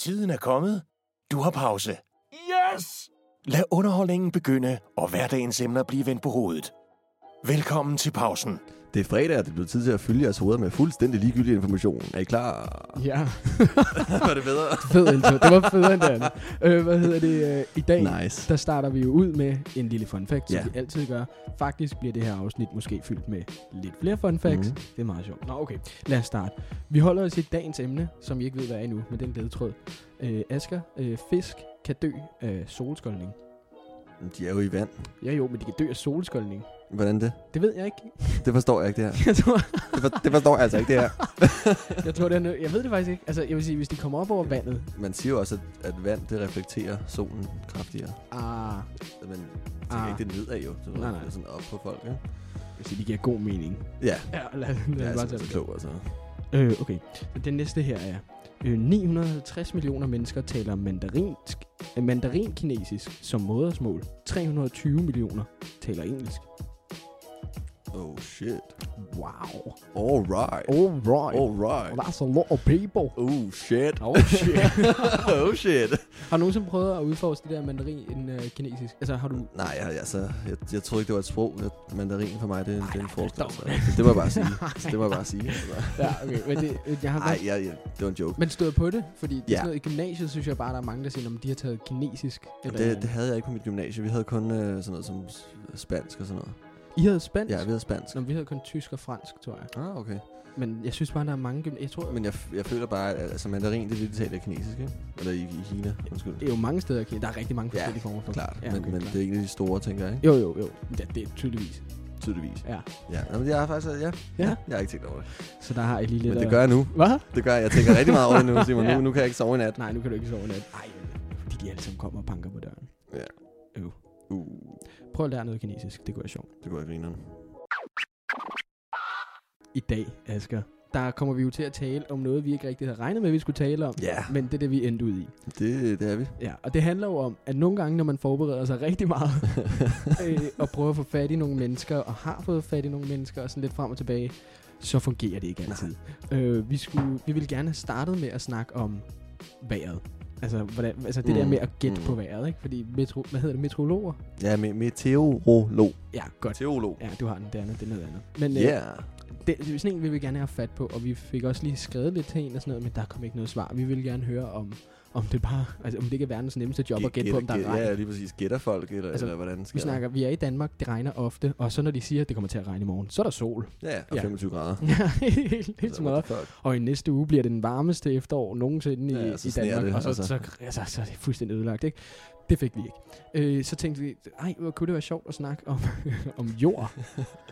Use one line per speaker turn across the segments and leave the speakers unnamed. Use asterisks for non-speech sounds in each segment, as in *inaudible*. Tiden er kommet. Du har pause.
Yes!
Lad underholdningen begynde, og hverdagens emner blive vendt på hovedet. Velkommen til pausen.
Det er fredag, og det er blevet tid til at fylde jeres hoveder med fuldstændig ligegyldig information. Er I
*laughs*
klar?
Ja,
Var det bedre?
fed intro. Det var federe end det andet. Øh, hvad hedder det? Øh, I dag, Nej.
Nice.
der starter vi jo ud med en lille fun fact, som
Ja.
vi altid gør. Faktisk bliver det her afsnit måske fyldt med lidt flere fun facts.
Mhm.
Mm. Det er meget sjovt. Nå, okay. Lad os starte. Vi holder os i dagens emne, som I ikke ved, hvad er endnu, men den ledtråd. Øh, Asger, øh, fisk kan dø af solskoldning.
De er jo i vand.
Ja jo, men de kan dø af solskoldning.
Hvordan det?
Det ved jeg ikke. *laughs*
Det forstår jeg ikke, det her.
Jeg tror,
Det, for, det forstår jeg altså ikke, det her.
jeg, tror det er nø- jeg ved det faktisk ikke. Altså, jeg vil sige, hvis de kommer op over vandet...
Man siger jo også, at, at vand, det reflekterer solen kraftigere.
Ah,
Men det er
Ah.
ikke det nedad jo. Så
Nej, nej.
Det er sådan op på folk, ikke?
jeg vil sige, de giver god mening.
Ja,
Ja, lad, lad,
det
lad
er
os bare
altså
tage
så
det.
klog, altså.
Øh, okay. Den næste her er, øh, 950 millioner mennesker taler mandarinsk, øh, mandarinkinesisk som modersmål. 320 millioner taler engelsk.
Oh shit.
Wow.
Alright.
Alright. Oh.
Alright.
That's a lot of people.
Oh shit.
Oh shit.
*laughs* oh shit.
har du nogensinde prøvet at udforske det der mandarin øh, kinesisk? Altså har du...
Nej, jeg, altså, jeg, jeg troede ikke, det var et sprog. Jeg- Mandarin for mig, det, er en- det er en
forstår
forståelse. Det, det må jeg bare
*laughs*
sige. Altså, det må jeg bare sige. altså.
Ja, okay. Men det, øh, jeg *laughs* har
Nej,
bare...
jeg, jeg, det var en joke.
Men stod på det, fordi det
Ja.
er sådan noget, i gymnasiet synes jeg bare, der er mange, der siger, om de har taget kinesisk. Eller
Det, det havde jeg ikke på mit gymnasie. Vi havde kun øh, sådan noget som s- spansk og sådan noget.
I havde spansk?
Ja, vi havde spansk.
Nå, vi havde kun tysk og fransk, tror jeg.
Ah, okay.
Men jeg synes bare, der er mange gymnasier. Jeg tror,
Men jeg, f- jeg føler bare, at altså, mandarin, det er det, de taler kinesisk, ikke? Eller i, i Kina, undskyld.
Det er jo mange steder i Kina. Der er rigtig mange
Ja,
forskellige former for
Klart,
Ja,
men,
okay,
men
klart.
det er ikke en af de store, tænker jeg, ikke?
Jo, jo, jo. Ja, det er tydeligvis.
Tydeligvis.
Ja.
Ja, Nå, men jeg har faktisk... Ja,
Ja.
jeg har ikke tænkt over det.
Så der har I lige lidt
Men det
at-
gør jeg nu.
Hvad?
Det gør jeg. Jeg tænker rigtig meget over det nu, Simon.
*laughs* Ja.
Nu, nu kan jeg ikke sove i nat.
Nej, nu kan du ikke sove nat. Nej, fordi de alle sammen kommer og banker på døren.
Ja.
Øv.
Uh,
Prøv at lære noget kinesisk. Det kunne være sjovt.
det går jeg grineren.
I dag, Asger, der kommer vi jo til at tale om noget, vi ikke rigtig havde regnet med, vi skulle tale om.
Ja,
Men det er det, vi endte ud i.
det, det er vi.
Ja, og det handler jo om, at nogle gange, når man forbereder sig rigtig
*laughs*
meget, øh, og prøver at få fat i nogle mennesker, og har fået fat i nogle mennesker, og sådan lidt frem og tilbage, så fungerer det ikke altid. Øh, vi, skulle, vi ville gerne have startet med at snakke om vejret. Altså, hvordan, altså det mm, der
Mm,
med at gætte
mm.
mm. på vejret, ikke? Fordi, metro, hvad hedder det, metrologer?
Ja, med meteorolog.
Ja, godt.
Meteorolog.
Ja, du har den, det andet, det er noget andet. Men øh,
Yeah.
det, det er sådan en, vi vil gerne have fat på, og vi fik også lige skrevet lidt til en og sådan noget, men der kom ikke noget svar. Vi ville gerne høre om, om det bare, altså om det ikke er verdens nemmeste job at gætte på, om der er regn.
Ja, lige præcis. Gætter folk, eller, altså,
Altså,
eller hvordan skal
Vi snakker, vi er i Danmark, det regner ofte, og så når de siger, at det kommer til at regne i morgen, så er der sol.
*laughs* Ja, og
Ja.
25 grader.
Ja, helt, helt
Altså, what
smadret.
the fuck?
Og i næste uge bliver det den varmeste efterår nogensinde i,
Ja,
ja,
og så
i
sner
Danmark,
det,
og så,
altså.
altså. Så, altså, så er det fuldstændig ødelagt, ikke? Det fik vi ikke. Øh, så tænkte vi, ej, hvor kunne det være sjovt at snakke om, *laughs* om
*laughs*
jord?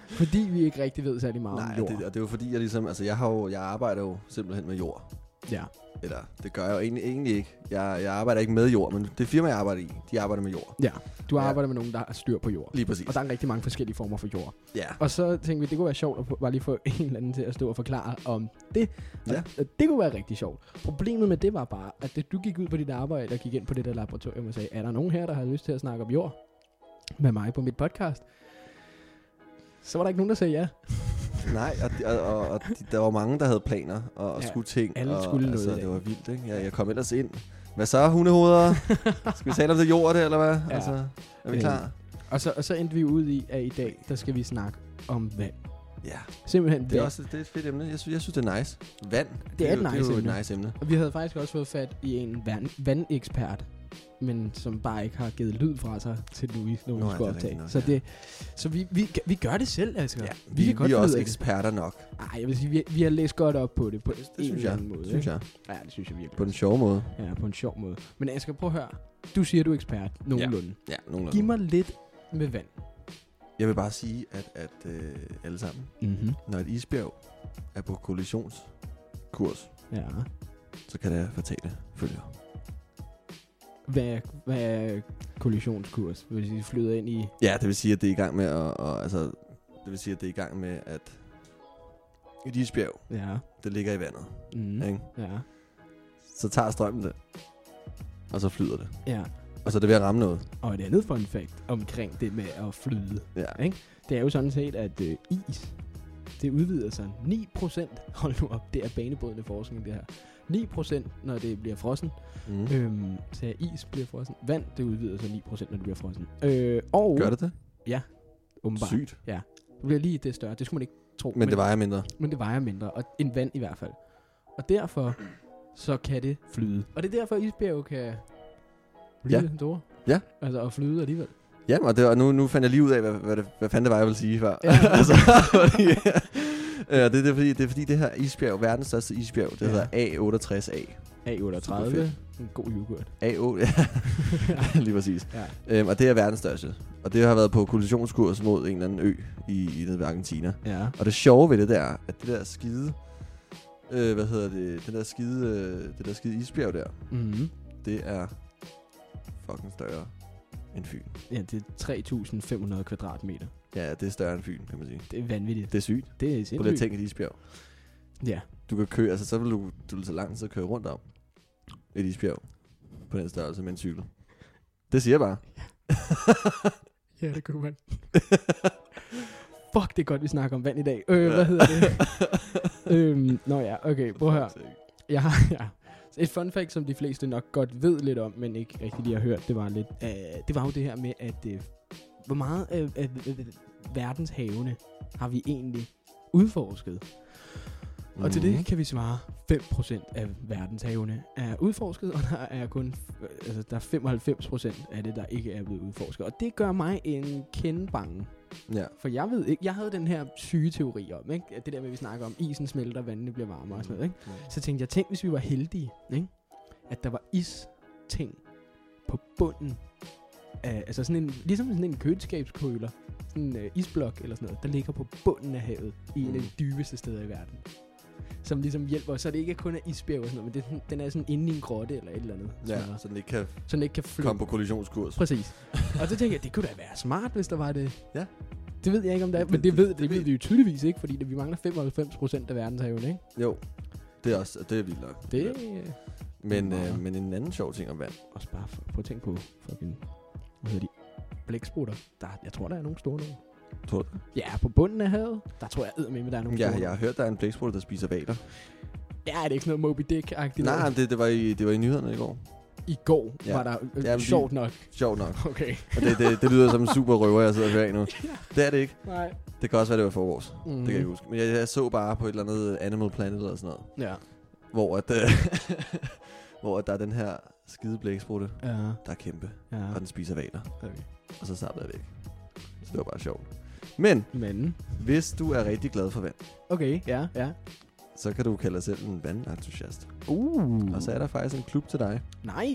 Fordi vi ikke rigtig ved særlig meget
Nej,
om jord.
det, og det er jo fordi, jeg ligesom, altså jeg, har jo, jeg arbejder jo simpelthen med jord.
Ja.
Eller, det gør jeg jo egentlig, egentlig ikke. Jeg, jeg arbejder ikke med jord, men det firma, jeg arbejder i, de arbejder med jord.
ja, du
Ja.
arbejder med nogen, der har styr på jord.
Lige præcis.
Og der er rigtig mange forskellige former for jord.
Ja,
Og så tænkte vi, det kunne være sjovt at få- bare lige få *laughs* en eller anden til at stå og forklare om det. Og
Ja.
og det kunne være rigtig sjovt. Problemet med det var bare, at det, du gik ud på dit arbejde og gik ind på det der laboratorium og sagde, er der nogen her, der har lyst til at snakke om jord med mig på mit podcast? Så var der ikke nogen, der sagde ja.
nej, og, og, og, og de, der var mange, der havde planer og, og
Ja,
skulle ting.
alle
og,
skulle noget
altså,
i dag.
det var vildt, ikke? Jeg, jeg kom ellers ind. Hvad så,
*laughs*
hundehoveder? Skal vi tale om det jord, det, eller hvad?
Ja.
Altså, er vi
Øh.
klar?
Og så, og så endte vi ud i, at i dag, der skal vi snakke om vand.
Ja,
Simpelthen
det er
vand.
også det er et fedt emne. Jeg synes, jeg synes det er nice. Vand, det,
er et
jo-
nice
det er jo
emne.
et nice emne.
Og vi havde faktisk også fået fat i en vand, vandekspert, men som bare ikke har givet lyd fra sig til Louis, når
Nå,
vi
ja,
skulle
det er
optage.
rigtigt nok,
så,
ja.
det, så vi, vi, vi gør det selv, altså.
Ja,
vi,
vi,
kan godt
vi er
finde
også
ud af det.
eksperter nok,
Nej, jeg vil sige, vi, vi har læst godt op på det på det en
synes
eller
jeg.
anden måde.
synes
ikke?
jeg.
Ja, det synes jeg virkelig.
På den sjove måde.
Ja, på en sjov måde. Men jeg skal prøve at høre. Du siger, du er ekspert, nogenlunde.
Ja,
Ja.
nogenlunde.
Giv mig lidt med vand.
Jeg vil bare sige, at, at øh, alle sammen,
Mm-hmm.
når et isbjerg er på kollisionskurs,
Ja.
så kan det have fatale følger.
Hvad er, hvad er kollisionskurs? Hvis I flyder ind i...
Ja, det vil sige, at det er i gang med at, og, altså, det vil sige, at det er i gang med, at et isbjerg,
Ja.
det ligger i vandet,
Mm.
mm. ikke?
Ja.
Så tager strømmen det, og så flyder det.
Ja.
Og så er det ved at ramme noget.
Og et andet fun fact omkring det med at flyde,
Ja.
det er jo sådan set, at øh, *laughs* is, det udvider sig 9%. Hold nu op, det er banebrydende forskning, det her. 9%, når det bliver frossen.
Mm.
Øhm, så ja, is bliver frossen. Vand, det udvider sig 9%, når det bliver frossen. Øh, og
Gør det det?
åbenbart.
Sygt.
Det bliver lige det større. Det skulle man ikke tro.
Men det vejer mindre.
men det vejer mindre, og end vand i hvert fald. Og derfor, så kan det flyde. Og det er derfor, isbjerge kan blive
Ja.
ja. store.
Ja.
Altså, og flyde alligevel.
Ja, og, det, og nu, nu fandt jeg lige ud af, hvad, hvad, det, hvad fanden det var, jeg ville sige før.
Ja.
*laughs* altså, fordi, *laughs* ja, det, det, er fordi, det er fordi, det her isbjerg, verdens største isbjerg, det
Ja.
hedder A68A.
A38.
Superfedt.
En god yoghurt.
A8, *laughs* ja, lige præcis.
Ja.
Øhm, og det er verdens største. Og det har været på kollisionskurs mod en eller anden ø i, i nede ved Argentina.
Ja.
Og det sjove ved det der, at det der skide, øh, hvad hedder det, det der skide, øh, det der skide isbjerg der,
Mm-hmm.
det er fucking større end Fyn.
Ja, det er 3.500 kvadratmeter.
Ja, det er større end Fyn, kan man sige.
Det er vanvittigt.
Det er sygt.
Det
Prøv
er
lige at
sindssygt.
tænke et isbjerg.
Ja.
Du kan køre, altså så vil du, du vil så lang tid at køre rundt om et isbjerg på den størrelse med en cykel. Det siger jeg bare.
ja, det kunne man. Fuck, det er godt, vi snakker om vand i dag. Øh, hvad hedder
*laughs*
det? øhm, nå ja, okay, prøv at høre. Jeg har, *laughs* ja. Et fun fact, som de fleste nok godt ved lidt om, men ikke rigtig lige har hørt, det var lidt, øh, det var jo det her med, at øh, hvor meget af øh, øh, øh, verdens havene har vi egentlig udforsket? Mm. Og
Mhm.
til det kan vi svare, 5% af verdenshavene er udforsket, og der er kun øh, altså, der er 95% af det, der ikke er blevet udforsket. Og det gør mig en kende bange.
Ja.
For jeg ved ikke, jeg havde den her syge teori om, ikke? At det der med, at vi snakker om, isen smelter, vandene bliver varmere og sådan noget, ikke? Så tænkte jeg, tænk hvis vi var heldige, ikke? at der var isting på bunden. Af, altså sådan en, ligesom sådan en køleskabskøler, sådan en øh, isblok eller sådan noget, der ligger på bunden af havet, i en af
Mm.
de dybeste steder i verden. Som ligesom hjælper, os. så det ikke kun er isbjerg og sådan noget, men det, er sådan- den er sådan inde i en grotte eller et eller andet. sådan
Ja,
noget,
så den ikke kan
så den ikke kan flyve.
komme på kollisionskurs.
Præcis. Og så tænkte jeg, det kunne da være smart, hvis der var det.
Ja.
Det ved jeg ikke, om der er,
Det-
men
det-
det, ved,
det
det, det ved
ved-
vi jo tydeligvis ikke, fordi det, vi mangler 95% af verdenshavene, ikke?
Jo, det er også det er vildt nok.
Det er...
Men,
Meget.
øh, men en anden sjov ting om vand.
Også bare for, prøv at tænke på fucking, hvad hedder de, blæksprutter. Der, er- jeg tror, der er nogle store nogle.
Tror du
Ja, på bunden af havet, der tror jeg eddermame, der er nogle
Ja,
store
jeg har hørt, der er en blæksprutte, der spiser valer.
nogle. Ja, er det ikke sådan noget Moby Dick-agtigt?
Nej,
noget?
det, det, var i, det var i nyhederne i går.
I går
Ja.
ja. var der øh,
Ja, men
ja,
de-
sjovt nok. *laughs*
Sjovt nok.
Okay.
Og det, det, det lyder som en super røver, jeg sidder og hører i
*laughs*
nu. Det er det ikke.
Nej.
Det kan også være, det var i forårs. Mm.
Mm.
Det kan jeg ikke huske. Men jeg, jeg så bare på et eller andet Animal Planet eller sådan noget.
Ja.
Hvor, at, øh, *laughs* hvor at der er den her skide blæksprutte,
Ja.
der er kæmpe.
Ja.
Og den spiser valer.
Okay.
Og så sabler jeg væk. Så det var bare sjovt. Men
Men,
hvis du er rigtig glad for vand,
okay, ja, ja.
så kan du kalde dig selv en vandentusiast.
Uh.
Og så er der faktisk en klub til dig.
Nej.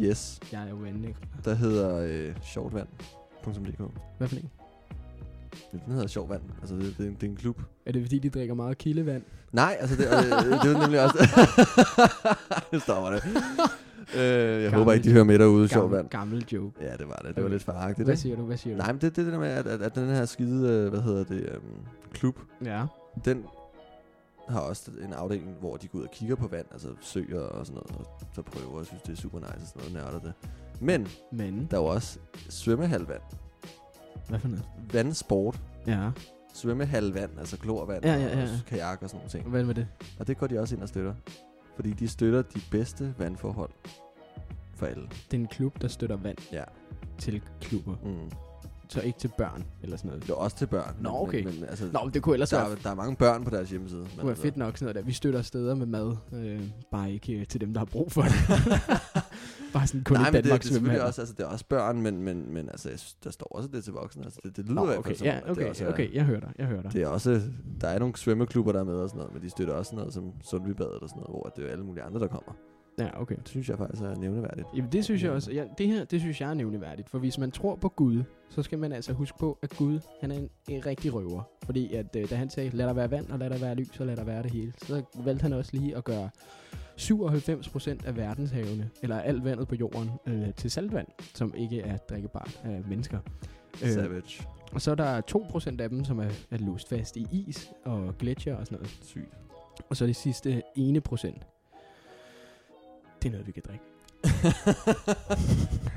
Yes.
Jeg er jo vand, ikke?
Der hedder øh, sjortvand.dk.
Hvad for en?
Den hedder Sjortvand. Altså, det, det, er en- det er en klub.
Er det fordi, de drikker meget kildevand?
Nej, altså, det, øh, det er nemlig også... *laughs* det stopper det. Øh, jeg
Gammel-
håber ikke, de hører med derude, Sjortvand.
Gammel, gammel joke.
Ja, det var det. Det var
Okay.
lidt faragtigt.
Hvad
ikke?
siger du? Hvad siger du?
Nej, men det det er det der med, at, at, at den her skide, øh, hvad hedder det, øhm, klub,
Ja.
den har også en afdeling, hvor de går ud og kigger på vand, altså søer og sådan noget, og så prøver og synes, det er super nice og sådan noget, nørder det. Men
Men,
der er jo også svømmehalvvand,
hvad for noget?
vandsport,
Ja.
svømmehalvvand, altså klorvand,
Ja, ja, ja,
og
ja.
kajak og sådan nogle ting.
Hvad med det?
Og det går de også ind og støtter. Fordi de støtter de bedste vandforhold for alle.
Det er en klub, der støtter vand
Ja.
til klubber.
Mm.
Så ikke til børn eller sådan noget.
Det er også til børn.
Nå,
men-
okay.
Men, men altså,
Nå, men det kunne ellers
der,
være,
er, der er mange børn på deres hjemmeside. altså-
kunne være fedt nok sådan noget der. Vi støtter steder med mad, øh, bare ikke øh, til dem, der har
*laughs*
brug for det. bare sådan kun
Nej,
i
men det, det, er
Danmark
selvfølgelig
svømmehaller.
også, altså, det er også børn, men, men, men altså, jeg synes, der står også det til voksne. Altså, det, det lyder i
Nå,
hvert
okay,
fald som,
ja,
at det
okay,
også
okay,
er-
okay, jeg hører dig, jeg hører dig.
Det er også, der er nogle svømmeklubber, der er med og sådan noget, men de støtter også sådan noget som Sundbybadet og sådan noget, hvor det er alle mulige andre, der kommer.
Ja, okay.
Det synes jeg faktisk er nævneværdigt.
Jamen, det synes jeg også. Ja, det her, det synes jeg er nævneværdigt. For hvis man tror på Gud, så skal man altså huske på, at Gud, han er en, en rigtig røver. Fordi at, øh, da han sagde, lad der være vand, og lad der være lys, og lad der være det hele, så valgte han også lige at gøre 97% af verdenshavene, eller alt vandet på jorden, øh, til saltvand, som ikke er drikkebart af mennesker. Øh,
Savage.
og så er der 2% af dem, som er, er låst fast i is og gletsjer og sådan noget. *laughs*
Sygt.
Og så det sidste ene procent. Det er noget, vi kan drikke.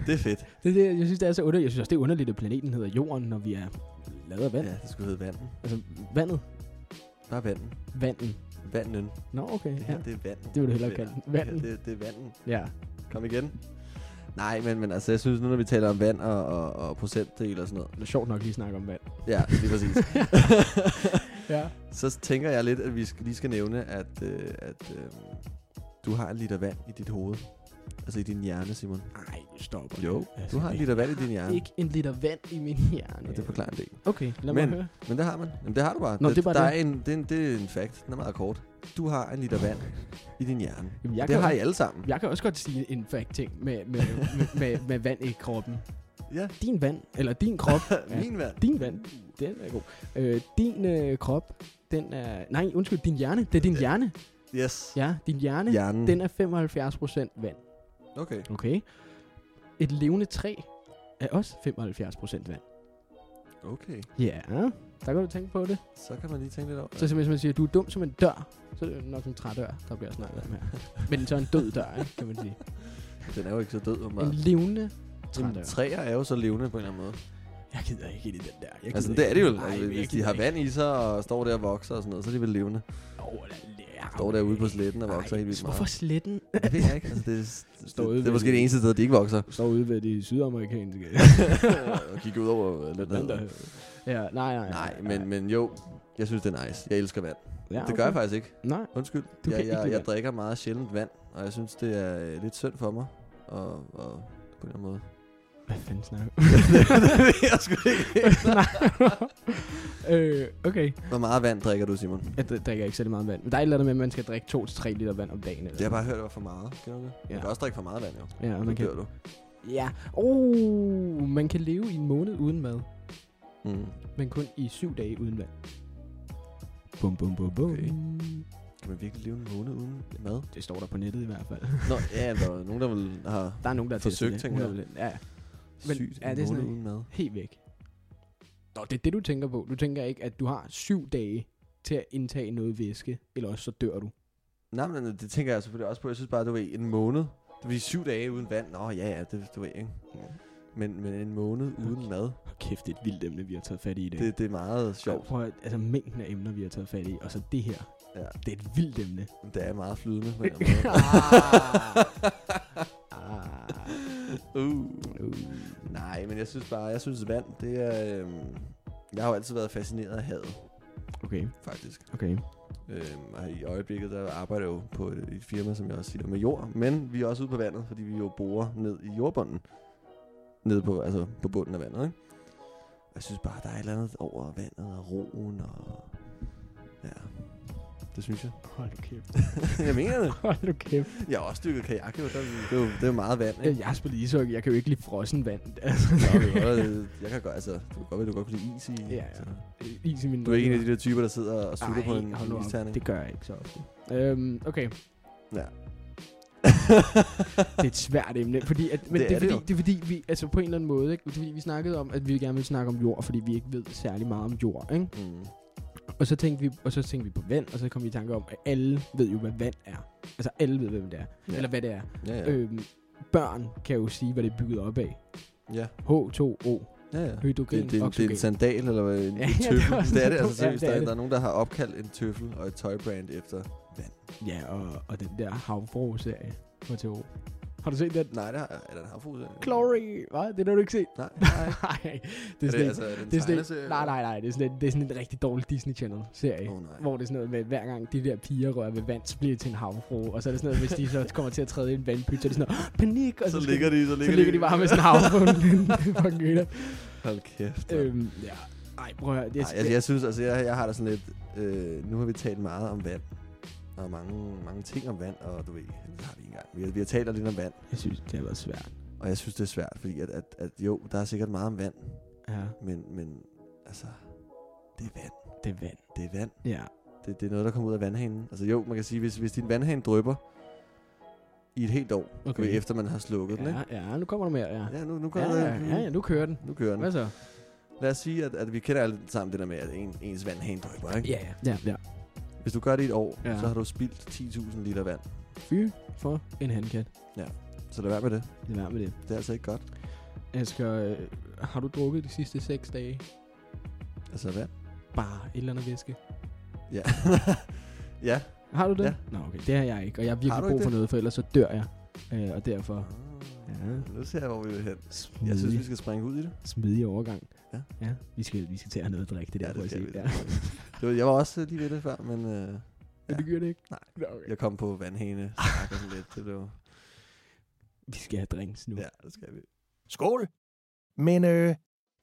det er fedt.
Det, er det, jeg synes, det er så underligt. Jeg synes også, det er underligt, at planeten hedder Jorden, når vi er lavet af vand. Ja.
Ja, det skulle hedde vandet.
Altså, vandet.
Bare vandet.
Vandet.
Vanden.
Nå, okay.
Det her,
Ja.
det er vanden.
Det vil du hellere kalde den.
Vanden.
Vanden.
Det, her, det, det er vanden.
ja.
Kom igen. Nej, men, men altså, jeg synes nu, når vi taler om vand og, og, og procentdel og sådan noget.
Det er sjovt nok lige at snakke om vand.
Ja, lige præcis.
Ja.
så tænker jeg lidt, at vi skal, lige skal nævne, at, øh, at øh, du har en liter vand i dit hoved. Altså i din hjerne, Simon.
Nej, stop.
Du har en liter vand i din hjerne.
Ikke en liter vand i min hjerne.
Og det forklarer en del.
Okay, lad
Men-
mig høre.
Men det har man. Jamen, det har du bare.
Nå,
det,
det er bare
der
det.
Er en, det, er en, det er en fact. Den er meget kort. Du har en liter vand i din hjerne.
Jamen,
Jeg
jeg
det
kan
har
jo-
I alle sammen.
Jeg kan også godt sige en fact ting med, med, med, med, med vand i kroppen.
Ja.
Din vand, eller din krop,
*laughs*
Ja.
Min vand.
din vand, den er god. Øh, din øh, krop, den er... Nej, undskyld, din hjerne. Det er din
Ja.
hjerne.
Yes.
Ja, din hjerne.
Hjernen.
Den er 75% vand.
Okay.
Okay. Et levende træ er også 75% vand.
Okay.
Ja, der kan du tænke på det.
Så kan man lige tænke lidt over.
Så simpelthen, hvis man siger, du er dum som en dør, så er det jo nok en trædør, der bliver snakket om her. *laughs* Men så en død dør, ikke, kan man sige.
Den er jo ikke så død, om
En levende trædør.
Træer er jo så levende på en eller anden måde.
Jeg gider ikke ind i den der. Jeg gider
Altså,
ikke.
det er det jo.
Nej,
altså,
jeg
hvis de
gider
har
ikke.
vand i sig og står der og vokser og sådan noget, så er de vel levende.
Åh, lad- lad-
Står derude på sletten og
Nej,
vokser helt vildt meget. *laughs*
Hvorfor sletten?
Det ved jeg ikke. Altså, det, det,
Står ude
det, det er
ved-
måske det eneste sted, de ikke vokser. *laughs*
Står ude ved de *laughs* sydamerikanske.
og kigge ud over øh, landet.
ja, nej, nej.
Nej, men, men jo, jeg synes, det er nice. Jeg elsker vand.
Ja,
Det gør jeg faktisk ikke.
Nej,
Undskyld.
Du kan
jeg,
ikke
jeg,
lide
jeg
vand.
drikker meget sjældent vand, og jeg synes, det er øh, lidt synd for mig. Og, og på en eller anden måde.
hvad fanden snakker *laughs*
det ved jeg sgu ikke.
Nej. øh, okay.
Hvor meget vand drikker du, Simon?
Jeg dri- drikker ikke særlig meget vand. Men der er et eller andet med, at man skal drikke 2-3 liter vand om dagen. Eller
Det har jeg bare hørt, det var for meget. Kan du det? Man
Ja.
kan også drikke for meget vand, jo.
Ja, og man
kan. dør
kan,
du.
ja. Oh, man kan leve i en måned uden mad,
Mm.
men kun i 7 dage uden vand. Bum, bum, bum, bum.
Okay. Kan man virkelig leve en måned uden mad?
Det står der på nettet i hvert fald.
*laughs* Nå, ja, der er nogen, der vil have
Der er nogen, der har
Forsøgt,
testet det,
tænker jeg.
100%. Ja, ja. Men
sygt
er
en
det
måned
sådan en-
uden mad.
helt væk. Nå, det er det, du tænker på. Du tænker ikke, at du har syv dage til at indtage noget væske, eller også så dør du.
Nej, men det tænker jeg selvfølgelig også på. Jeg synes bare, du ved, en måned. Det vil sige syv dage uden vand. Nå, ja, ja, det du ved, ikke? Men, men en måned uden mad,
Hold kæft, det er et vildt emne, vi har taget fat i i dag.
det, det er meget
sjovt.
sjovt.
Prøv at, altså mængden af emner, vi har taget fat i, og så det her.
Ja. Ah.
Det er et vildt
*laughs*
emne.
Det er meget flydende på en eller anden måde. uh.
*laughs* Ah. Uh.
Nej, men jeg synes bare, jeg synes vand, det er... Øhm, jeg har jo altid været fascineret af havet,
Okay,
faktisk.
okay.
Øhm, og i øjeblikket, der arbejder jeg jo på et, et firma, som jeg også siger, med jord. Men vi er også ude på vandet, fordi vi jo borer ned i jordbunden. Nede på, altså på bunden af vandet, ikke? Og Jeg synes bare, der er et eller andet over vandet og roen og... Ja, det synes jeg. *laughs*
Hold nu kæft.
jeg mener det.
Hold nu kæft.
Jeg har også dykket kajak, jo. Der, det, er jo, det er jo meget vand, ikke?
Øh, Jeg, jeg har spillet ishockey, jeg kan jo ikke lide frossen vand. *laughs* Altså,
Nå, men jeg- jeg kan godt, altså, du kan godt ved, du godt kunne lide is i.
Ja, ja.
Så.
is i min
Du er ikke en af de der typer, der sidder og sutter
Ej,
på en
hold nu op.
isterning.
Det gør jeg ikke så ofte. Øhm, okay,
Ja.
det er et svært emne, fordi at, men
Det
det, det,
er det
er fordi,
jo.
det, er fordi, vi, altså på en eller anden måde, ikke? Det er fordi vi snakkede om, at vi gerne ville snakke om jord, fordi vi ikke ved særlig meget om jord, ikke?
*laughs* mm.
Og så tænkte vi, og så tænkte vi på vand, og så kom vi i tanke om, at alle ved jo, hvad vand er. Altså alle ved, hvem det er.
Ja.
Ja. Eller hvad det er.
Ja, ja.
Ja. Øhm, børn kan jo sige, hvad det er bygget op af.
ja.
H2O.
Ja, ja. det,
Hydrogen,
det, er en- det er en
oxygen.
sandal eller hvad, en
*laughs* Ja, ja,
en
det er
tøffel.
også
det er
en
det, altså
tøffel. Ja,
seriøst.
det
der,
er
er,
det.
der er nogen, der har opkaldt en tøffel og et tøjbrand efter.
Ja, og, og den der havfru-serie. H2O. Har du set den?
Nej, der er, er den havfus.
Glory! Hvad? Det har du ikke set?
Nej, nej.
*laughs* Nej,
Er
det
det,
er sådan
altså, er det en
det er sådan
tegneserie?
en, nej, nej, nej, det er sådan en, det er sådan en rigtig dårlig Disney Channel-serie.
Åh, nej.
Hvor det er sådan noget med, hver gang de der piger rører ved vand, så bliver det til en havfru. Og så er det sådan noget, hvis de så kommer til at træde i en vandpyt, så er det sådan noget, "Åh, panik! Og
Så
altså, skal
ligger de, så ligger,
så ligger de bare med sådan en havfru.
*laughs*
Fucking gøder.
Hold kæft. mand.
Øhm, ja. Ej, prøv at høre.
Nej, altså, jeg synes, altså, jeg, jeg har da sådan lidt, øh, nu har vi talt meget om vand, og mange, mange ting om vand, og du ved, det har vi ikke engang. Vi har, vi har talt lidt om vand,
jeg synes, det har været svært.
og jeg synes, det er svært, fordi at, at, at jo, der er sikkert meget om vand,
Ja,
men, men altså, det er vand.
det er vand.
Det er vand.
Ja.
Det, det er noget, der kommer ud af vandhanen. Altså jo, man kan sige, hvis, hvis din vandhane drypper i et helt år, okay.
Okay.
ved, efter man har slukket den, ikke?
Ja, ja, nu kommer der mere, ja.
Ja, nu, nu
Ja,
kommer ja,
ja, ja, ja, nu kører den.
Nu kører den.
Hvad så?
Lad os sige, at, at vi kender alle sammen det der med, at en, ens vandhane drypper, ikke?
Ja, ja, ja.
Hvis du gør det i et år, ja.
Ja.
så har du spildt 10.000 liter vand.
Fy for en handkat.
Så lad være med det.
Lad være med det.
Det er altså ikke godt.
Asger, øh, har du drukket de sidste 6 dage?
Altså vand.
Bare et eller andet væske?
Ja. *laughs* Ja.
Har du det?
Ja.
Nå, okay. Det har jeg ikke, og jeg har
Har
virkelig
du
brug
ikke
for
det?
noget, for ellers så dør jeg. Øh, og derfor
Ja. Nu ser jeg, hvor vi vil hen.
smidig,
Jeg synes, vi skal springe ud i det.
smidig overgang.
Ja.
ja. Vi, skal, vi skal til at have noget at drikke, det der,
Ja,
ja,
det skal
det jeg
vi.
sige. Ja.
*laughs* det var, jeg var også øh, lige ved det før, men øh,
Men det gør det ikke.
Nej.
Nå, okay.
jeg kom på vandhane. snak og sådan lidt. Det blev...
Vi skal have drinks nu. Ja.
Ja, det skal vi.
Skål! Men øh,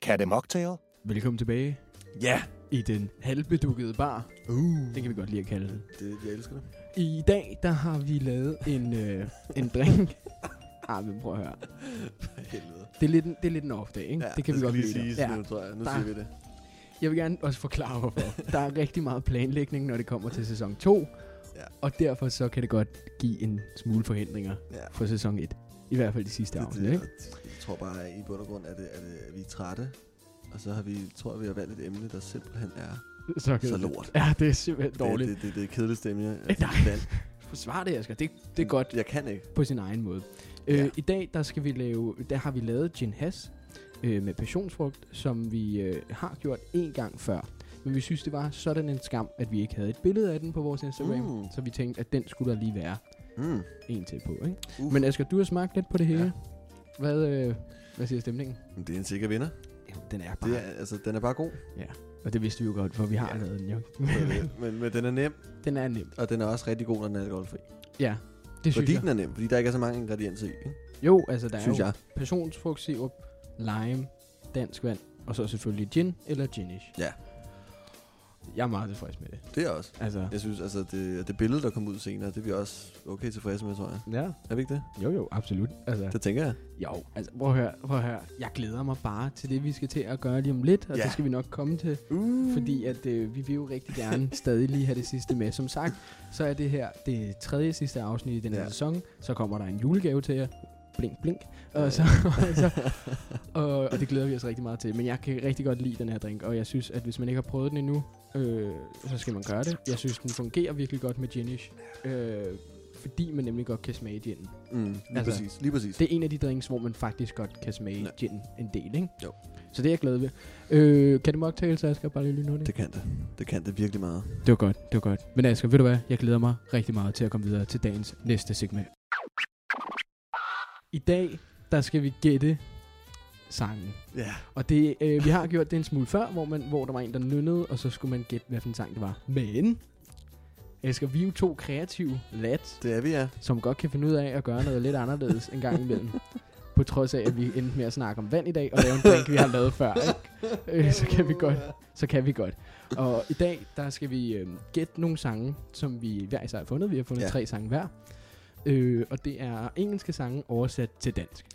kan det mocktail?
Velkommen tilbage
Ja!
i den halvbedukkede bar.
Uh.
Det kan vi godt lide at kalde det.
Det, jeg elsker det.
I dag, der har vi lavet en, øh, en *laughs* drink. Ah, men prøv at høre.
For helvede.
Det er lidt, en- det er lidt en off-dag, ikke? det kan vi godt
skal
lide.
lige siges
ja.
nu, tror jeg. Nu
Der-
siger vi det.
Jeg vil gerne også forklare, *laughs* hvorfor. Der er rigtig meget planlægning, når det kommer til sæson 2.
Ja.
Og derfor så kan det godt give en smule forhindringer
Ja.
for sæson 1. I hvert fald de sidste
Det,
afsnit,
det,
ikke?
og jeg tror bare, at i bund og grund er det, er det at vi er trætte. Og så har vi, tror jeg, vi har valgt et emne, der simpelthen er
Så,
så
kedeligt.
lort.
Ja, det er simpelthen dårligt.
Det, det, det, det er det kedeligste emne. jeg-
Eh, *laughs* nej.
Vand.
Forsvar det, Asger. Det, det er godt
Jeg kan ikke.
på sin egen måde.
Ja.
Øh, I dag, der, skal vi lave, der har vi lavet gin has øh, med passionsfrugt, som vi øh, har gjort en gang før. Men vi synes, det var sådan en skam, at vi ikke havde et billede af den på vores Instagram.
Mm.
Så vi tænkte, at den skulle der lige være
Mm. Uh.
en til på, ikke?
Uf.
Men Asger, du har smagt lidt på det hele.
Ja.
Ja. Hvad, øh, hvad siger stemningen?
Men det er en sikker vinder.
Jamen, den er
Det er, altså, den er bare
*laughs*
god.
Og det vidste vi jo godt, for vi har
Ja.
ja. lavet den jo.
men, men den er nem,
*laughs* den er nem.
og den er også rigtig god, når den er alkoholfri.
Ja, det synes
Fordi
jeg.
den er nem, fordi der ikke er så mange ingredienser i, ikke?
Jo, altså der
synes
er jo
jeg.
passionsfrugt, sirup, lime, dansk vand, og så selvfølgelig gin eller ginish.
Ja.
Jeg er meget tilfreds med det.
Det er også.
Altså,
Jeg synes, altså, det, det billede, der kom ud senere, det er vi også okay tilfredse med, tror jeg.
ja.
Er vi ikke det?
Jo, jo, absolut. Altså,
Det tænker jeg.
jo, altså, prøv at høre, prøv at høre. Jeg glæder mig bare til det, vi skal til at gøre lige om lidt, og
Ja.
det skal vi nok komme til.
Uh.
Fordi at øh, vi vil jo rigtig
*laughs*
gerne stadig lige have det sidste med. Som sagt, så er det her det tredje sidste afsnit i den her
Ja.
ja. sæson. Så kommer der en julegave til jer. Blink, blink.
Ja.
Og, så, *laughs*
*laughs*
så, og, og det glæder vi os rigtig meget til. Men jeg kan rigtig godt lide den her drink, og jeg synes, at hvis man ikke har prøvet den endnu, øh, så skal man gøre det. Jeg synes, den fungerer virkelig godt med ginish. Øh, fordi man nemlig godt kan smage ginen.
Mm, lige altså,
Altså,
præcis, lige præcis.
Det er en af de drinks, hvor man faktisk godt kan smage
Ja.
ja. ginen en del, ikke?
Jo.
Så det er jeg glad ved. Øh, kan det mocktails, Asger? Bare lige lytte
det kan det. Det kan det virkelig meget.
det var godt, det var godt. Men Asger, ved du hvad? Jeg glæder mig rigtig meget til at komme videre til dagens næste segment. I dag, der skal vi gætte sangen.
Ja.
Og det, øh, vi har gjort det en smule før, hvor, man, hvor der var en, der nynnede, og så skulle man gætte, hvad for en sang det var. Men, Asger, vi er jo to kreative lads,
Det er vi, ja.
som godt kan finde ud af at gøre noget lidt anderledes en gang imellem. På trods af, at vi endte med at snakke om vand i dag, og lave en drink, vi har lavet før. Ikke? Øh, så kan vi godt så kan vi godt. Og i dag, der skal vi øh, gætte nogle sange, som vi hver især har fundet. Vi har fundet
Ja.
ja. tre sange hver. Øh, og det er engelske sange oversat til dansk.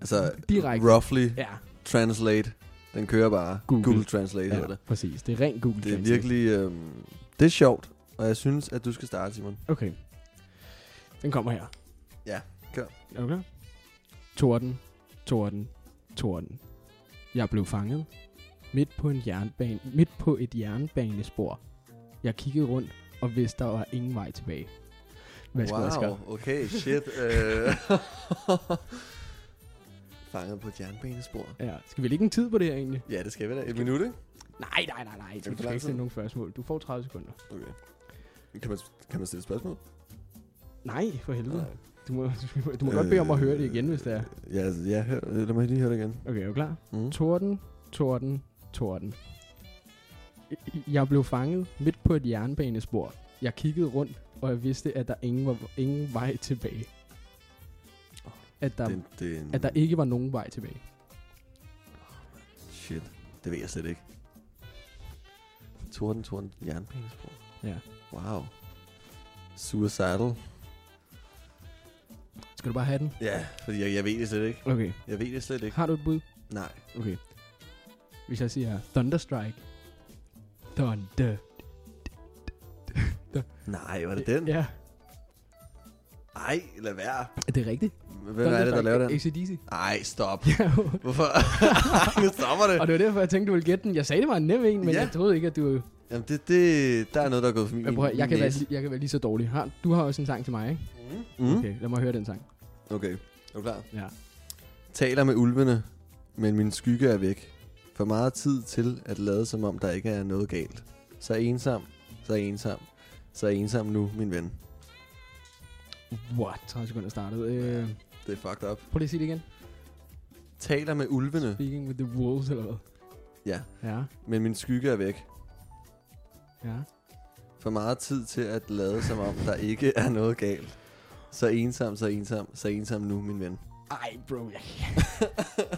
Altså,
Direkte.
roughly
Ja,
translate. Den kører bare.
Google.
Google Translate hedder
ja
det.
præcis. Det er rent Google
Det er
Translate.
virkelig... Øhm, det er sjovt, og jeg synes, at du skal starte, Simon.
Okay. Den kommer her.
Ja, kør.
Okay. Torden, torden, torden. Jeg blev fanget. Midt på, en jernbane, midt på et jernbanespor. Jeg kiggede rundt og vidste, der var ingen vej tilbage. Værsgo, Asger.
wow, okay,
*laughs*
shit. øh. Fanget på et jernbanespor.
Ja, skal vi lægge en tid på det her egentlig?
Ja, det skal vi da. Et minut, ikke?
Nej, nej, nej, nej.
det
Du
for
skal
lang
ikke
tid?
stille nogen spørgsmål. Du får 30 sekunder.
Okay. Kan man, kan man stille spørgsmål?
Nej, for helvede.
Nej. Øh,
Du må, *laughs* du må godt bede om at høre det igen, hvis det er.
Ja, altså, ja hør, lad mig lige høre det igen.
Okay, er du klar?
Mm.
Torden, torden, torden. Jeg blev fanget midt på et jernbanespor. Jeg kiggede rundt, og jeg vidste, at der ingen, var, ingen vej tilbage. At der,
Det, er- det er en,
at der ikke var nogen vej tilbage.
Shit, det ved jeg slet ikke. Torden, torden, jernbanespor.
Ja.
Wow. Suicidal.
Skal du bare have den?
Ja, fordi jeg, jeg ved det slet ikke.
Okay.
Jeg ved det slet ikke.
Har du et bud?
Nej.
Okay. Hvis jeg siger Thunderstrike. Thunder.
Nej, var det den?
Ja,
Nej, lad være.
er det rigtigt?
Hvem er det, der laver den?
ACDC.
Nej, stop.
Ja, *laughs* jo.
Hvorfor? *laughs* nu stopper det.
og det var derfor, jeg tænkte, du ville gætte den. Jeg sagde, det var en nem en, men
Ja.
ja. jeg troede ikke, at du...
Jamen, det, det, der er noget, der er gået forbi
Jeg, prøver, jeg, kan være, li- jeg kan være lige så dårlig. Har, du har også en sang til mig, ikke?
Mm. Mm. Okay.
Okay, lad mig høre den sang.
okay, er du klar?
Ja.
Taler med ulvene, men min skygge er væk. For meget tid til at lade, som om der ikke er noget galt. Så ensom, så ensom. Så er jeg ensom nu, min ven.
What? 30 sekunder startet. Øh,
Det er fucked up.
prøv lige at sige det igen.
Taler med ulvene.
Speaking with the wolves, eller hvad?
Ja,
Ja,
men min skygge er væk.
ja.
For meget tid til at lade som om, der ikke er noget galt. Så ensom, så ensom, så ensom nu, min ven.
Ej, bro, jeg *laughs*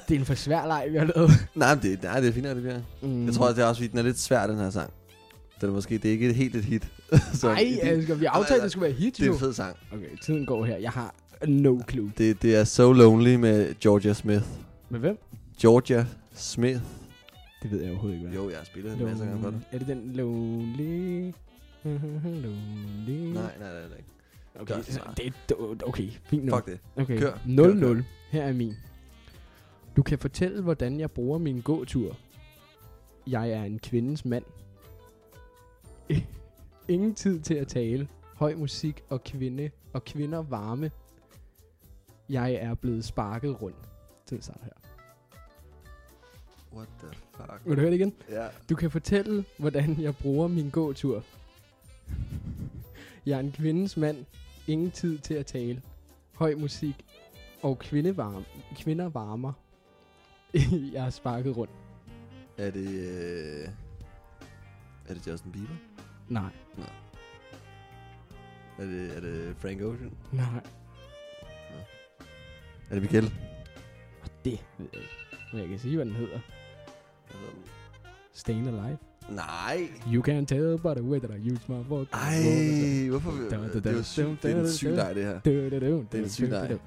Det er en for svær leg, vi har lavet.
Nej, men det, nej, det er fint, at det bliver.
Mm.
Jeg tror, det er også, fordi den er lidt svær, den her sang. Den er måske, det er ikke helt et hit. *laughs* så
Ej,
det,
Asger, vi aftalte, at det skulle være hit,
det er
jo.
en fed sang.
Okay, tiden går her. Jeg har no clue.
Det, det er So Lonely med Georgia Smith.
Men hvem?
Georgia Smith.
Det ved jeg overhovedet ikke, hvad.
Jo, jeg har spillet en masse gange for
Lonely.
dig.
Er det den lonely? *laughs* lonely.
Nej, nej, nej, nej.
okay,
gør det så.
det, er- okay, fint nok.
Fuck det.
Okay.
Kør.
0-0.
Kør, kør.
Her er min. Du kan fortælle, hvordan jeg bruger min gåtur. Jeg er en kvindens mand. *laughs* Ingen tid til at tale. Høj musik og kvinde og kvinder varme. Jeg er blevet sparket rundt. Til starter her.
What the fuck?
Vil du høre det igen?
Ja.
Du kan fortælle, hvordan jeg bruger min gåtur. Jeg er en kvindens mand. Ingen tid til at tale. Høj musik og kvindevarm, kvinder varmer. *laughs* jeg har sparket rundt.
Er det... Øh... Er det Justin Bieber?
Nej.
Er det, er det Frank Ocean?
Nej.
Er det Miguel?
Det ved jeg ikke. Men jeg kan sige, hvad den hedder.
Jeg ved det ikke.
Staying Alive.
Nej.
You can tell by the way that I use my vocal.
Ej, hvorfor...
Da, da, da,
Det er jo sygt. Det er en syg leg, det her.
Det
er en syg leg.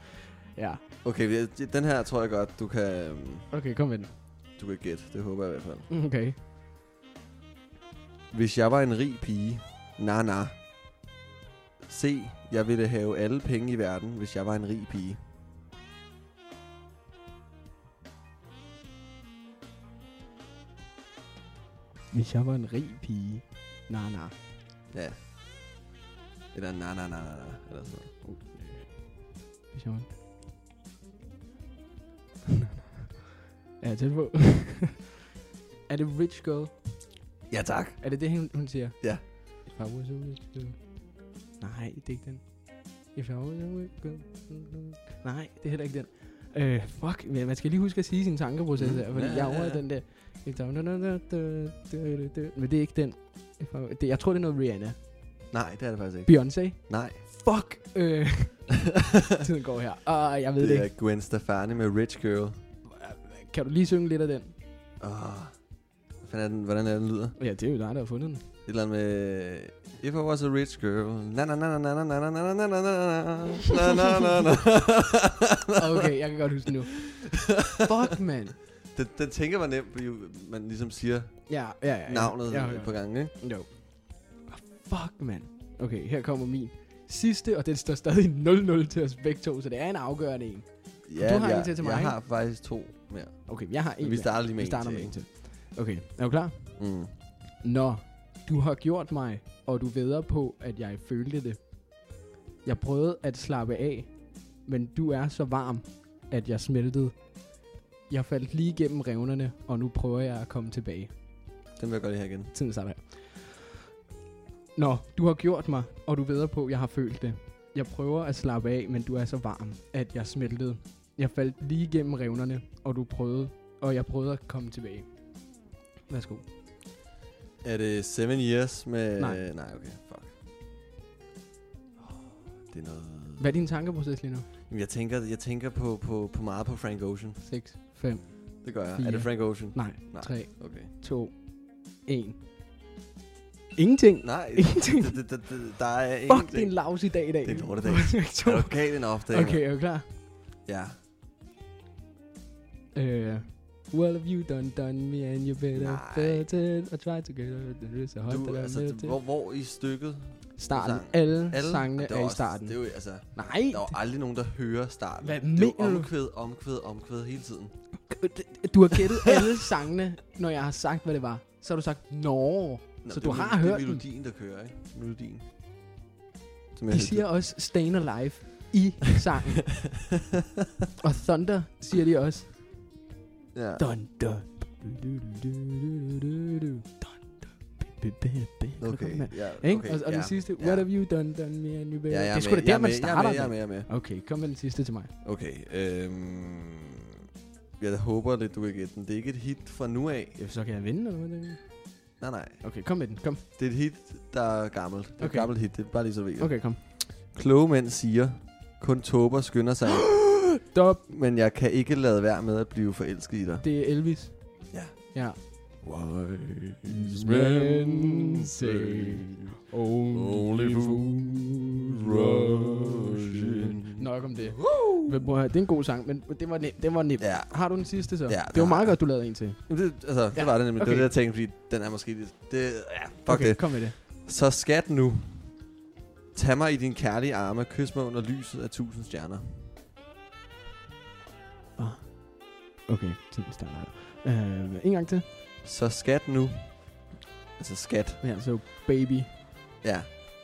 Ja,
Okay, jeg- den her tror jeg godt, du kan, øhm,
okay, kom med den.
du kan gætte. Det håber jeg i hvert fald.
Okay.
Hvis jeg var en rig pige, na na. Se, jeg ville have alle penge i verden, hvis jeg var en rig pige.
Hvis jeg var en rig pige. Nej, nej.
Ja. Eller na na na na na. Eller sådan noget.
Hvis *laughs* jeg var en... Ja, tæt på. *laughs* er det Rich Girl?
Ja tak.
Er det det, hun, hun siger?
Ja.
If I was a rich girl. Nej, det er ikke den. If I was a rich girl. Nej, det er heller ikke den. Øh, fuck, men man skal lige huske at sige sin tankeproces
Mm,
her, fordi
ja,
ja, jeg
ja,
overhovedet
ja.
den der. If I- Men det er ikke den. If I- det- Jeg tror, det er noget Rihanna.
Nej, det er det faktisk ikke.
Beyoncé.
Nej.
Fuck. Øh, *laughs* tiden går her. Ah, jeg ved det,
det
ikke.
er Gwen Stefani med Rich Girl.
Kan du lige synge lidt af den?
Oh. Hvad fanden er den, hvordan er den lyder?
Ja, det er jo dig, der har fundet den.
Et eller andet med... If I was a rich girl... Na na na na na na na na na na na na na na na na
Okay, jeg kan godt huske den nu. Fuck, mand.
*laughs* Den, den tænker man nemt, fordi man ligesom siger
Ja, ja, ja. ja.
navnet
ja,
et par gange, ikke?
Jo. Ah, fuck, mand. Okay, her kommer min sidste, og den står stadig 0-0 til os begge to, så det er en afgørende en.
Ja,
har
jeg,
en til til mig,
Jeg
ikke?
har faktisk to mere.
Okay, jeg har en
Men vi
mere.
starter lige med
Vi starter
en
med en
til.
til. Okay, er du klar?
Mm.
Nå, du har gjort mig, og du væder på, at jeg følte det. Jeg prøvede at slappe af, men du er så varm, at jeg smeltede. Jeg faldt lige gennem revnerne, og nu prøver jeg at komme tilbage.
Den vil jeg godt lige have igen.
Tiden starter her. Nå, du har gjort mig, og du ved på, jeg har følt det. Jeg prøver at slappe af, men du er så varm, at jeg smeltede. Jeg faldt lige gennem revnerne, og du prøvede, og jeg prøvede at komme tilbage. Værsgo.
Er det Seven Years med...
Nej.
Nej, okay. Fuck. Åh, Det er noget...
Hvad er din tankeproces lige nu?
Jamen, Jeg tænker, jeg tænker på, på, på meget på Frank Ocean.
6, 5,
Det gør jeg. Er
Fire.
det Frank Ocean?
nej,
Nej.
3,
Okay.
2, 1. Ingenting. *laughs*
Nej.
Ingenting.
det- det- det- det- Der er
Fuck, det er
ingenting.
en lavs i dag i dag.
Det er en
*laughs*
lortedag.
dag.
Er du gal en ofte?
okay, er du klar?
Ja.
Øh, well, have you done done me and you better
Nej.
felt it I tried to get out of this I hold
Du,
that
altså,
I'm
det-
lifted.
hvor, hvor i stykket?
Starten.
sang.
Alle,
Alle-
Alle sangene
Og det
er i
også-
starten.
Det er jo, altså,
Nej,
der er jo aldrig nogen, der hører starten.
Hvad
det er jo
mener du?
omkvæd, omkvæd, omkvæd hele tiden.
det- du har gættet
*laughs*
alle sangene, når jeg har sagt, hvad det var. Så har du sagt, nå.
Nå,
Så
det
du
er
har
mel-
hørt
Det
den?
er melodien, der kører, ikke? Melodien. Som
De
hørte.
siger også Stayin' Alive i sangen. og Thunder siger de også.
*laughs* Ja.
Dun, dun. Du, du, du, du, du, du, du, du. Dun, dun. baby, baby. Kan du
Okay,
komme med?
ja,
Ikke? Og, og
ja,
den sidste,
ja.
what have you done, done me and you baby?
Ja, jeg
det er sgu da
med,
der,
jeg er
man
med,
starter.
Jeg er med,
med.
jeg er med, jeg er
Okay, kom med den sidste til mig.
med. Okay, øhm, jeg håber lidt, du kan gætte den. Det er ikke et hit fra nu af.
Ja, så kan jeg vinde, eller hvad?
Nej, nej.
Okay, kom med den. Kom.
Det er et hit, der er gammelt. Det er okay.
Okay.
et gammelt hit, det er bare lige så vigtigt.
Okay, kom.
Kloge mænd siger, kun tåber skynder sig,
Stop.
men jeg kan ikke lade være med at blive forelsket i dig.
Det er Elvis.
Ja.
Ja.
Wise
men say
only fools rush in.
Nok om det. Men prøv at høre, det er en god sang, men det var nemt. Det var nemt.
Ja.
Har du den sidste så?
Ja, det
det var
har
meget
jeg.
godt, du lavede en til.
Jamen, det, altså, det
Ja,
var det nemlig. Okay. Det
okay.
var det, jeg tænkte, fordi den er måske lidt... Det, ja, fuck
okay,
okay. det.
kom med det.
Så skat nu. Tag mig i din kærlige arme, kys mig under lyset af tusind stjerner.
Okay, tiden starter her. Øh, en gang til.
Så skat nu. Altså skat.
Ja, så baby.
Ja.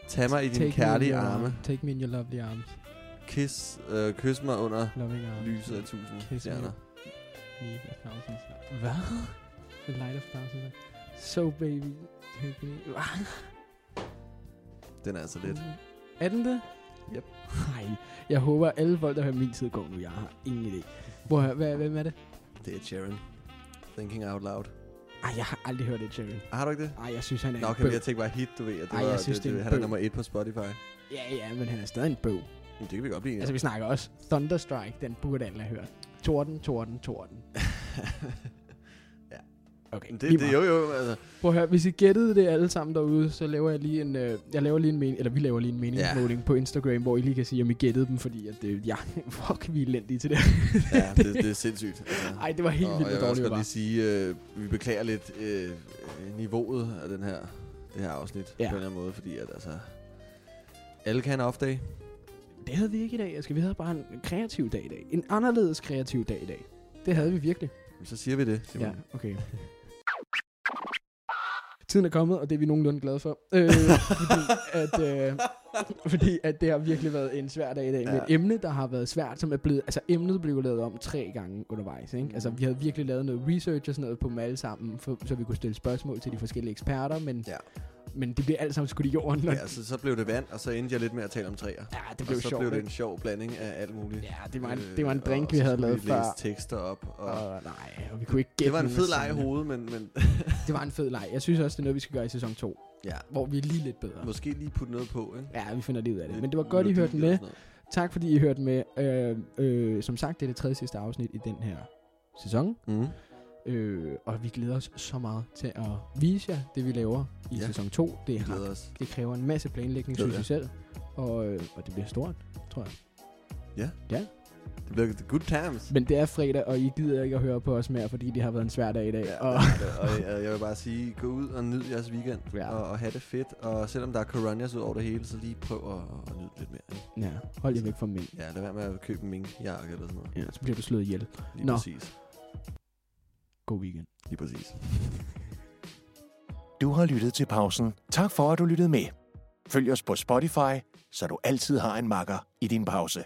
Tag mig i
Take me
din kærlige
in your
arme,
Take me in your lovely arms.
kys, øh, kys mig under
Loving arms.
lyset af tusind
Kiss me.
stjerner.
Leave a thousand stars. Hvad? The light of thousand stars. So baby. Take me.
Den er altså lidt.
Er den det?
Yep.
Nej. Jeg håber, at alle folk, der hører min tid, går nu. Jeg har ingen idé. Prøv at høre, hvad, hvem er det?
Det er Sharon. Thinking out loud.
Ej, jeg har aldrig hørt det, Cherry.
Ah, har du ikke det?
Ej, jeg synes, han er
Nå,
en
okay, men
bøv.
jeg tænkte bare hit, du ved. At det
Ej,
var,
jeg synes,
det,
det er en
han er
bøv.
nummer et på Spotify.
Ja, ja, men han er stadig en bøv.
Men det kan vi godt blive.
Ja.
enige
Altså,
om.
vi snakker også Thunderstrike, den burde alle have hørt. Torden, torden, torden.
Ja. *laughs*
Okay,
Men
det, lige
det, det,
meget.
jo, jo,
*laughs*
altså.
Prøv at høre, hvis I gættede det alle sammen derude, så laver jeg lige en, øh, jeg laver lige en mening, eller vi laver lige en meningsmåling ja. på Instagram, hvor I lige kan sige, om I gættede dem, fordi at, øh, ja, *laughs* fuck, vi er elendige til det.
Ja, det, det er sindssygt. Altså.
Ej, det var helt
og,
vildt,
og jeg
hvor
vil
dårligt
også
det
godt
var.
lige sige, øh, vi beklager lidt øh, øh, niveauet af den her, det her afsnit
Ja.
ja. på en eller anden måde, fordi at altså, alle kan have en off-day.
Det havde vi ikke i dag. Jeg skal, vi havde bare en kreativ dag i dag. En anderledes kreativ dag i dag. Det havde vi virkelig.
Så siger vi det, Simon.
Ja,
Ja.
okay. Tiden er kommet, og det er vi nogenlunde glade for.
*laughs*
Øh, fordi, at, øh, fordi at det har virkelig været en svær dag i dag. Ja. Med et
Ja.
emne, der har været svært, som er blevet... Altså, emnet blev lavet om tre gange undervejs, ikke? Altså,
Mm.
vi havde virkelig lavet noget research og sådan noget på dem alle sammen, for, så vi kunne stille spørgsmål til de forskellige eksperter, men,
Ja.
men det blev alt sammen skudt i jorden. Og,
*laughs* ja, så, så blev det vand, og så endte jeg lidt med at tale om træer.
ja, det
Det
blev
og så
sjovt.
blev det
ikke?
en sjov blanding af alt muligt. Øh,
Ja, det var en, det var en drink,
og
vi
så
havde
skulle
lavet
vi læse
før.
tekster op, og, og
Og, nej, og vi kunne ikke gætte
det var en
nogen af
fed leg i
sangene.
hovedet, men, men
Det var en fed leg. Jeg synes også, det er noget, vi skal gøre i sæson 2,
ja,
hvor vi er lige lidt
*laughs*
bedre.
måske lige putte noget på, ikke?
Ja, vi finder lige ud af det.
Lidt
Men det var godt, I
melodi
hørte
eller
med.
sådan noget.
Tak, fordi I hørte med. Øh, øh, som sagt, det er det tredje sidste afsnit i den her sæson.
Mm.
Øh, og vi glæder os så meget til at vise jer det, vi laver i ja.
Ja.
sæson 2. Det,
Vi
har,
glæder os.
det kræver en masse planlægning,
Ved
synes
jeg.
jeg selv. Og, øh, og det bliver stort, tror jeg.
Det blev the good times.
Men det er fredag, og I gider ikke at høre på os mere, fordi det har været en svær dag i dag.
Ja,
og,
og, og øh, jeg, jeg vil bare sige, gå ud og nyd jeres weekend,
Ja.
ja. og, og have det fedt. Og selvom der er coronas ud over det hele, så lige prøv at, at nyde det lidt mere. ikke?
*laughs* ja, hold jer væk fra mængden.
Ja, lad være med at købe en minkjakke eller sådan noget.
Ja, så bliver du slået ihjel.
Lige
Nå.
Nå. præcis.
God weekend.
Lige præcis.
Du har lyttet til pausen. Tak for, at du lyttede med. Følg os på Spotify, så du altid har en makker i din pause.